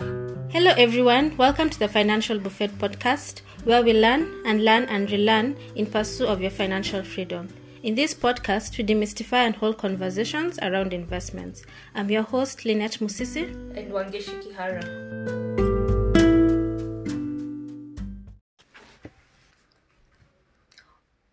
Hello, everyone. Welcome to the Financial Buffet podcast, where we learn and learn and relearn in pursuit of your financial freedom. In this podcast, we demystify and hold conversations around investments. I'm your host, Lynette Musisi. and Wangeshi Kihara.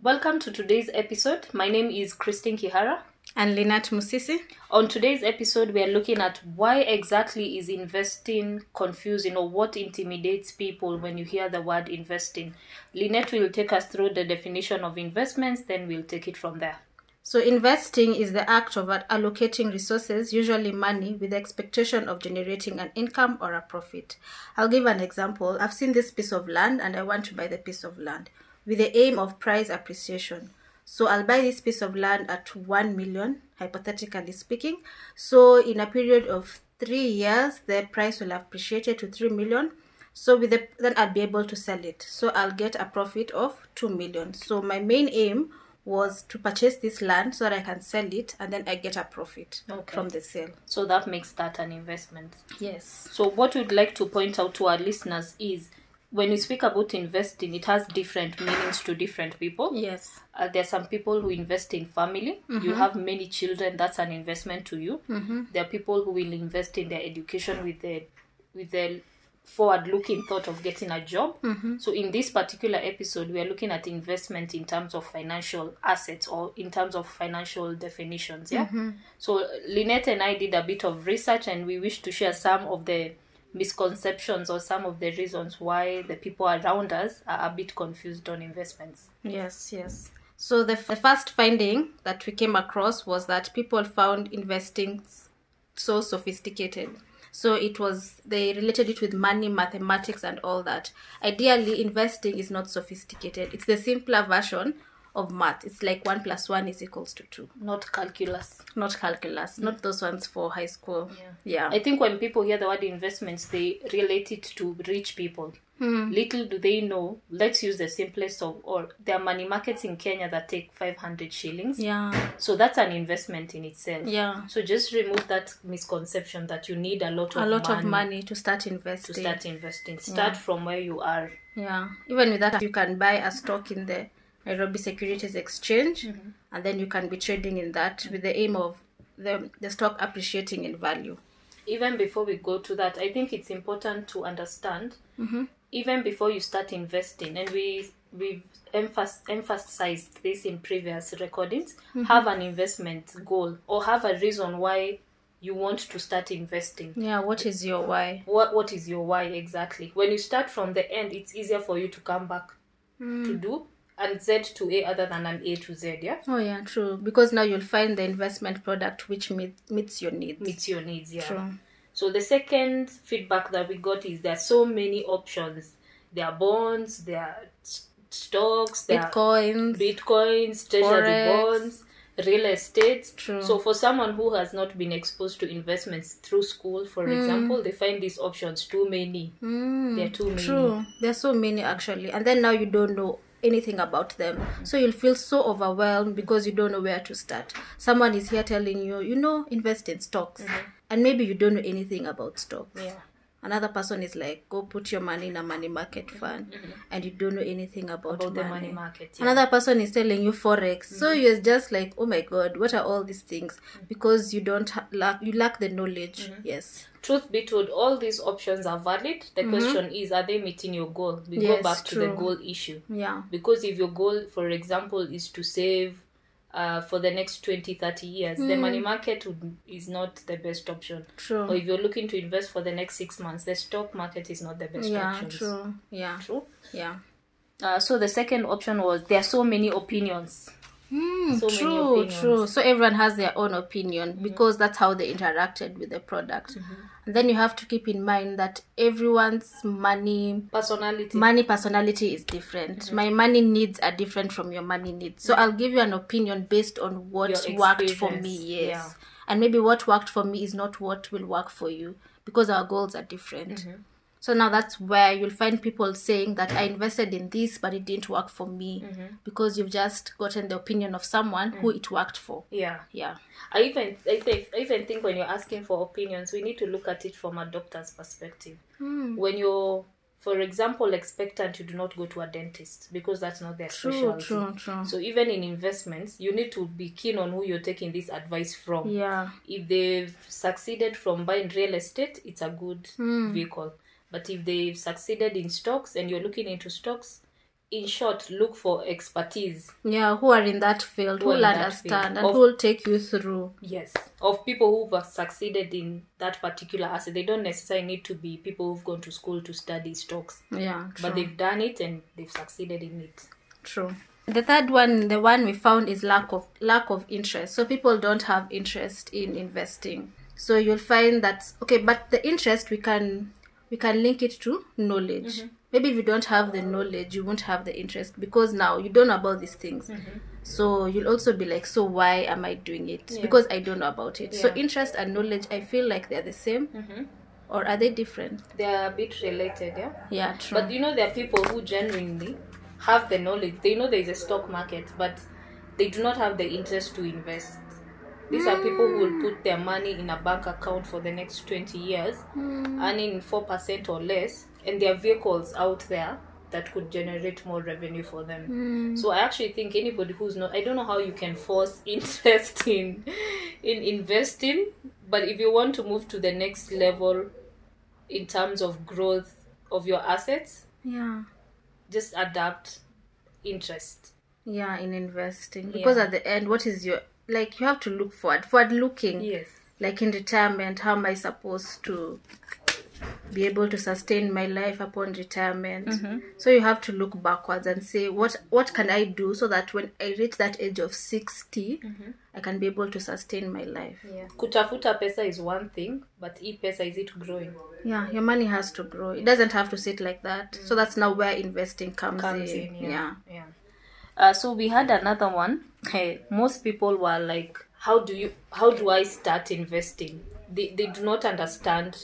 Welcome to today's episode. My name is Christine Kihara. And Lynette Musisi. On today's episode, we are looking at why exactly is investing confusing or what intimidates people when you hear the word investing. Lynette will take us through the definition of investments, then we'll take it from there. So, investing is the act of allocating resources, usually money, with the expectation of generating an income or a profit. I'll give an example. I've seen this piece of land and I want to buy the piece of land with the aim of price appreciation. So, I'll buy this piece of land at 1 million, hypothetically speaking. So, in a period of three years, the price will appreciate to 3 million. So with the then I'll be able to sell it. So I'll get a profit of two million. So my main aim was to purchase this land so that I can sell it and then I get a profit Okay. from the sale. So that makes that an investment. Yes. So, what we'd like to point out to our listeners is when you speak about investing, it has different meanings to different people. Yes. Uh, there are some people who invest in family. You have many children, that's an investment to you. There are people who will invest in their education with the with the forward looking thought of getting a job. So in this particular episode, we are looking at investment in terms of financial assets or in terms of financial definitions. Yeah. So Lynette and I did a bit of research, and we wish to share some of the misconceptions or some of the reasons why the people around us are a bit confused on investments. Yes, yes. So the, f- the first finding that we came across was that people found investing s- so sophisticated. So it was they related it with money, mathematics, and all that. Ideally, investing is not sophisticated. It's the simpler version of math. It's like one plus one is equals to two. Not calculus. Not calculus. Not those ones for high school. Mm. Yeah. Yeah. I think when people hear the word investments, they relate it to rich people. Hmm. Little do they know, let's use the simplest of, or there are money markets in Kenya that take 500 shillings. yeah. So that's an investment in itself. Yeah. So just remove that misconception that you need a lot of A lot money of money to start to investing. start investing. Start from where you are. Yeah, even with that, you can buy a stock in the Nairobi Securities Exchange, and then you can be trading in that with the aim of the the stock appreciating in value. Even before we go to that, I think it's important to understand even before you start investing, and we we emphas- emphasized this in previous recordings, have an investment goal or have a reason why you want to start investing. Yeah, what is your why? what what is your why exactly when you start from the end it's easier for you to come back to do and z to a other than an a to z yeah Oh yeah, true. Because now you'll find the investment product which meet, meets your needs. meets your needs yeah True. so the second feedback that we got is there are so many options there are bonds there are s- stocks there are Bitcoins. bitcoins treasury Forex. bonds real estate True. so for someone who has not been exposed to investments through school for Hmm. example they find these options too many Mm, there are too many True. There's so many actually, and then now you don't know anything about them, so you'll feel so overwhelmed because you don't know where to start. Someone is here telling you, you know, invest in stocks, Mm-hmm. and maybe you don't know anything about stocks. Yeah. Another person is like, go put your money in a money market fund, and you don't know anything about, Mm-hmm. money. about the money market yeah. Mm-hmm. Another person is telling you forex, so you're just like, oh my god, what are all these things? Because you don't ha- lack, you lack the knowledge. Mm-hmm. Yes. truth be told, all these options are valid. The question is, are they meeting your goal? We Mm-hmm. Yes, go back to the true. goal issue. Yeah. Because if your goal, for example, is to save uh, for the next 20, 30 years, the money Hmm. market would, is not the best option. True. Or if you're looking to invest for the next six months, the stock market is not the best yeah. option. True. Yeah. True. Yeah. Uh, so the second option was there are so many opinions. so many Hmm, true, opinions. true. So everyone has their own opinion because that's how they interacted with the product. Mm-hmm. And then you have to keep in mind that everyone's money Personality. money personality is different. My money needs are different from your money needs. So I'll give you an opinion based on what Your worked for me, experience, yes. yeah. Mm-hmm. And maybe what worked for me is not what will work for you because our goals are different. So now that's where you'll find people saying that I invested in this, but it didn't work for me Mm-hmm. because you've just gotten the opinion of someone Mm. who it worked for. Yeah. Yeah. I even I, think, I even think when you're asking for opinions, we need to look at it from a doctor's perspective. Hmm. When you're, for example, expectant, you do not go to a dentist because that's not their True, specialty. true, true. So even in investments, you need to be keen on who you're taking this advice from. yeah. If they've succeeded from buying real estate, it's a good Hmm. vehicle. But if they've succeeded in stocks and you're looking into stocks, in short, look for expertise. Yeah, who are in that field, Who who'll are in that understand field. and Of- who'll take you through. Yes. Of people who've succeeded in that particular asset. They don't necessarily need to be people who've gone to school to study stocks. Yeah, true. But they've done it and they've succeeded in it. True. The third one, the one we found is lack of lack of interest. So people don't have interest in investing. So you'll find that okay, but the interest we can we can link it to knowledge. Mm-hmm. Maybe if you don't have the knowledge, you won't have the interest because now you don't know about these things. Mm-hmm. So you'll also be like, so why am I doing it? Because I don't know about it. So Yeah. Mm. interest and knowledge, I feel like they're the same, or are they different? They're Mm-hmm. a bit related, yeah? Yeah, true. But you know, there are people who genuinely have the knowledge. They know there is a stock market, but they do not have the interest to invest. These are people who will put their money in a bank account for the next 20 years, earning 4% or less, and there are vehicles out there that could generate more revenue for them. So I actually think anybody who's not, I don't know how you can force interest in, in investing, but if you want to move to the next level, in terms of growth of your assets, yeah. just adapt interest. yeah in investing because Yeah. at the end what is your like you have to look forward forward looking Yes. like in retirement how am i supposed to be able to sustain my life upon retirement Mm-hmm. so you have to look backwards and say what what can i do so that when i reach that age of 60 i can be able to sustain my life Mm-hmm. Yeah. Kutafuta pesa is one thing, but e pesa is it growing? yeah your money has to grow it doesn't have to sit like that so that's now where investing comes, Mm. Comes in, in, yeah. yeah. Yeah. Uh, so we had another one. Hey, most people were like, "How do you? How do I start investing?" They they do not understand.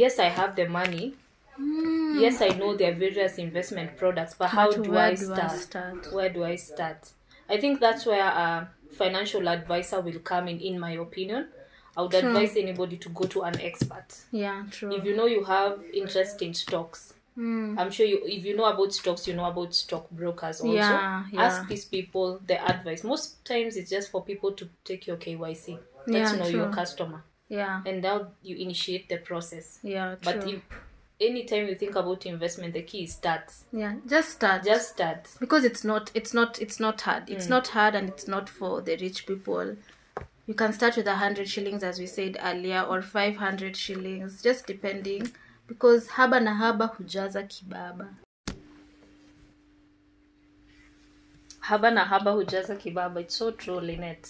Yes, I have the money. Yes, I know there are various investment products, but how Hmm. But do, where I, do I start? start? Where do I start? I think that's where a financial advisor will come in. In my opinion, I would Hmm. advise anybody to go to an expert. yeah true If you know you have interest in stocks, Hmm. I'm sure you if you know about stocks, you know about stock brokers also. Yeah, yeah. Ask these people the advice. Most times it's just for people to take your KYC. Let Yeah, you know your true. customer. yeah And now you initiate the process. yeah true. But if anytime you think about investment, the key is start. yeah just start Just start. because it's not it's not it's not hard it's not hard and it's not for the rich people you can start with a 100 shillings as we said earlier or 500 shillings just depending because haba na haba hujaza kibaba haba na haba hujaza kibaba it's so true lynette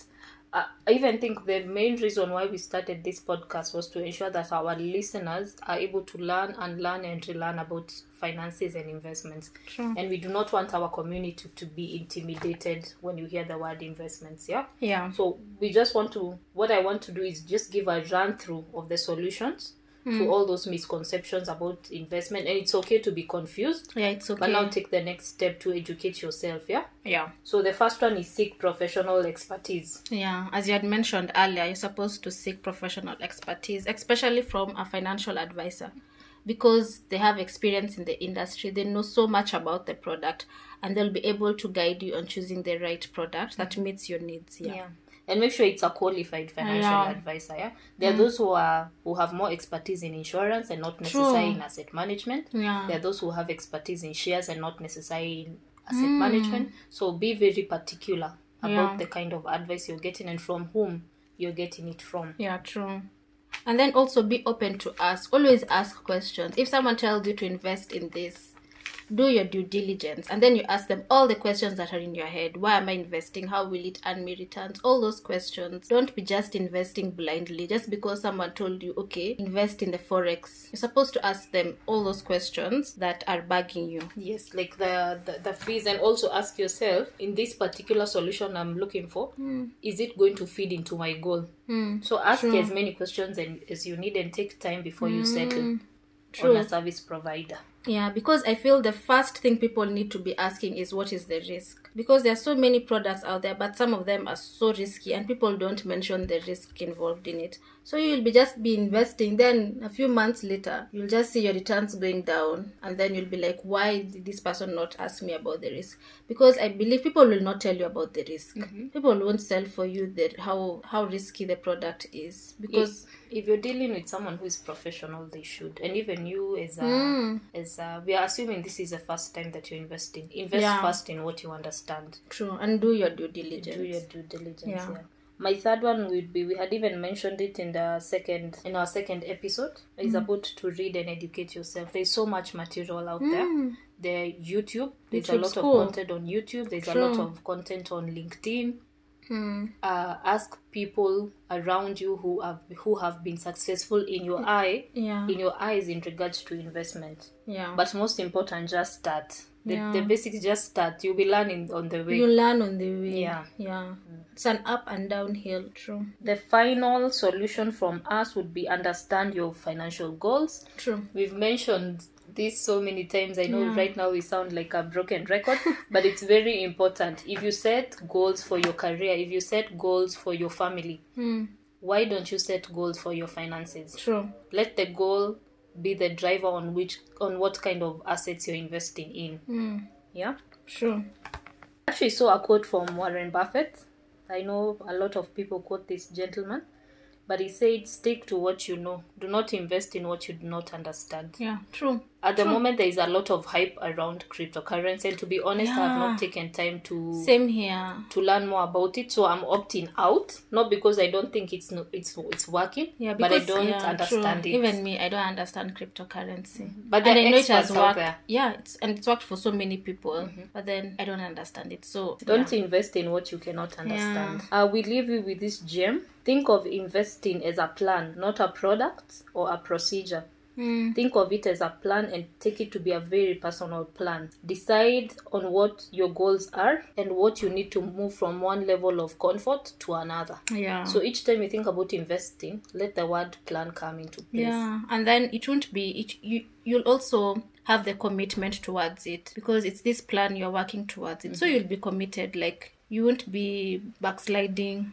uh, i even think the main reason why we started this podcast was to ensure that our listeners are able to learn and learn and relearn about finances and investments True. and we do not want our community to be intimidated when you hear the word investments yeah yeah so we just want to what i want to do is just give a run through of the solutions Hmm. to all those misconceptions about investment and it's okay to be confused yeah it's okay but now take the next step to educate yourself yeah yeah so the first one is seek professional expertise. yeah as you had mentioned earlier you're supposed to seek professional expertise especially from a financial advisor because they have experience in the industry they know so much about the product and they'll be able to guide you on choosing the right product that meets your needs yeah. And make sure it's a qualified financial Yeah. Mm. advisor. Yeah. There are those who are who have more expertise in insurance and not necessarily in asset management. Yeah. There are those who have expertise in shares and not necessarily in asset management. So be very particular about Mm. Yeah. the kind of advice you're getting and from whom you're getting it from. Yeah, true. And then also be open to ask. Always ask questions. If someone tells you to invest in this, do your due diligence and then you ask them all the questions that are in your head. Why am I investing? How will it earn me returns? All those questions. Don't be just investing blindly just because someone told you, okay, invest in the forex. You're supposed to ask them all those questions that are bugging you. Yes, like the, the the fees, and also ask yourself in this particular solution I'm looking for, Hmm. is it going to feed into my goal? So ask as many questions and, as you need, and take time before you settle. on Hmm. True. a service provider. Yeah, because I feel the first thing people need to be asking is what is the risk? Because there are so many products out there, but some of them are so risky and people don't mention the risk involved in it. So you'll be just be investing, then a few months later, you'll just see your returns going down, and then you'll be like, why did this person not ask me about the risk? Because I believe people will not tell you about the risk. Mm-hmm. People won't sell for you the, how how risky the product is because Because if you're dealing with someone who is professional, they should. And even you, as a, Hmm. as a, we are assuming this is the first time that you're investing. Invest Yeah. first in what you understand. true and do your due diligence. Do your due diligence. Yeah. Yeah. My third one would be we had even mentioned it in the second in our second episode. It's about to read and educate yourself. There's so much material out there. There Mm. YouTube. There's a YouTube's lot cool. of content on YouTube. There's a lot of content on LinkedIn. Hmm, Uh, ask people around you who have who have been successful in your eye Yeah. in your eyes in regards to investment. Yeah. But most important, just start. The, Yeah. the basics, just start. You'll be learning on the way. You learn on the way. Yeah. Mm. Yeah. It's an up and downhill. True. The final solution from us would be understand your financial goals. True. We've mentioned this so many times. I know right now we sound like a broken record, but it's very important. If you set goals for your career, if you set goals for your family, why don't you set goals for your finances? Hmm. True. Let the goal be the driver on which on what kind of assets you're investing in. Yeah. Hmm. True. actually saw a quote from Warren Buffett. I know a lot of people quote this gentleman, but he said, Stick to what you know. Do not invest in what you do not understand. Yeah. True. At the moment, there is a lot of hype around cryptocurrency, and to be honest, I have Yeah. not taken time to. Same here. To learn more about it, so I'm opting out. Not because I don't think it's no, it's it's working, Yeah, but because, I don't yeah, understand true. it. Mm. Even me, I don't understand cryptocurrency. and But there are I know it experts has out worked. there. Mm-hmm. Yeah, it's and it's worked for so many people. But then I don't understand it. So Don't yeah. invest in what you cannot understand. Uh, we leave you with this gem. Think of investing as a plan, not a product or a procedure. Hmm. Think of it as a plan and take it to be a very personal plan. Decide on what your goals are and what you need to move from one level of comfort to another. Yeah. So each time you think about investing, let the word plan come into place. Yeah, and then it won't be it you you'll also have the commitment towards it because it's this plan you're working towards it. So you'll be committed like you won't be backsliding.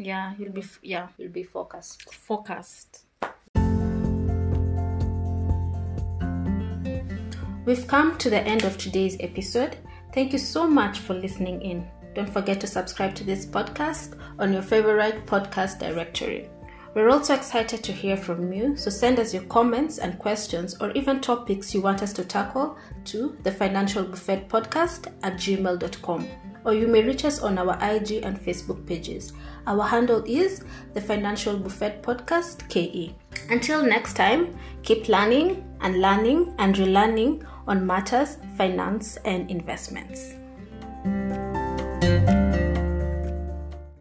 Yeah, you'll be f- yeah, You'll be focused. focused. We've come to the end of today's episode. Thank you so much for listening in. Don't forget to subscribe to this podcast on your favorite podcast directory. We're also excited to hear from you, so send us your comments and questions or even topics you want us to tackle to the Financial Buffet Podcast at gmail.com. Or you may reach us on our IG and Facebook pages. Our handle is the Financial Buffet Podcast KE. Until next time, keep learning and learning and relearning on matters, finance, and investments.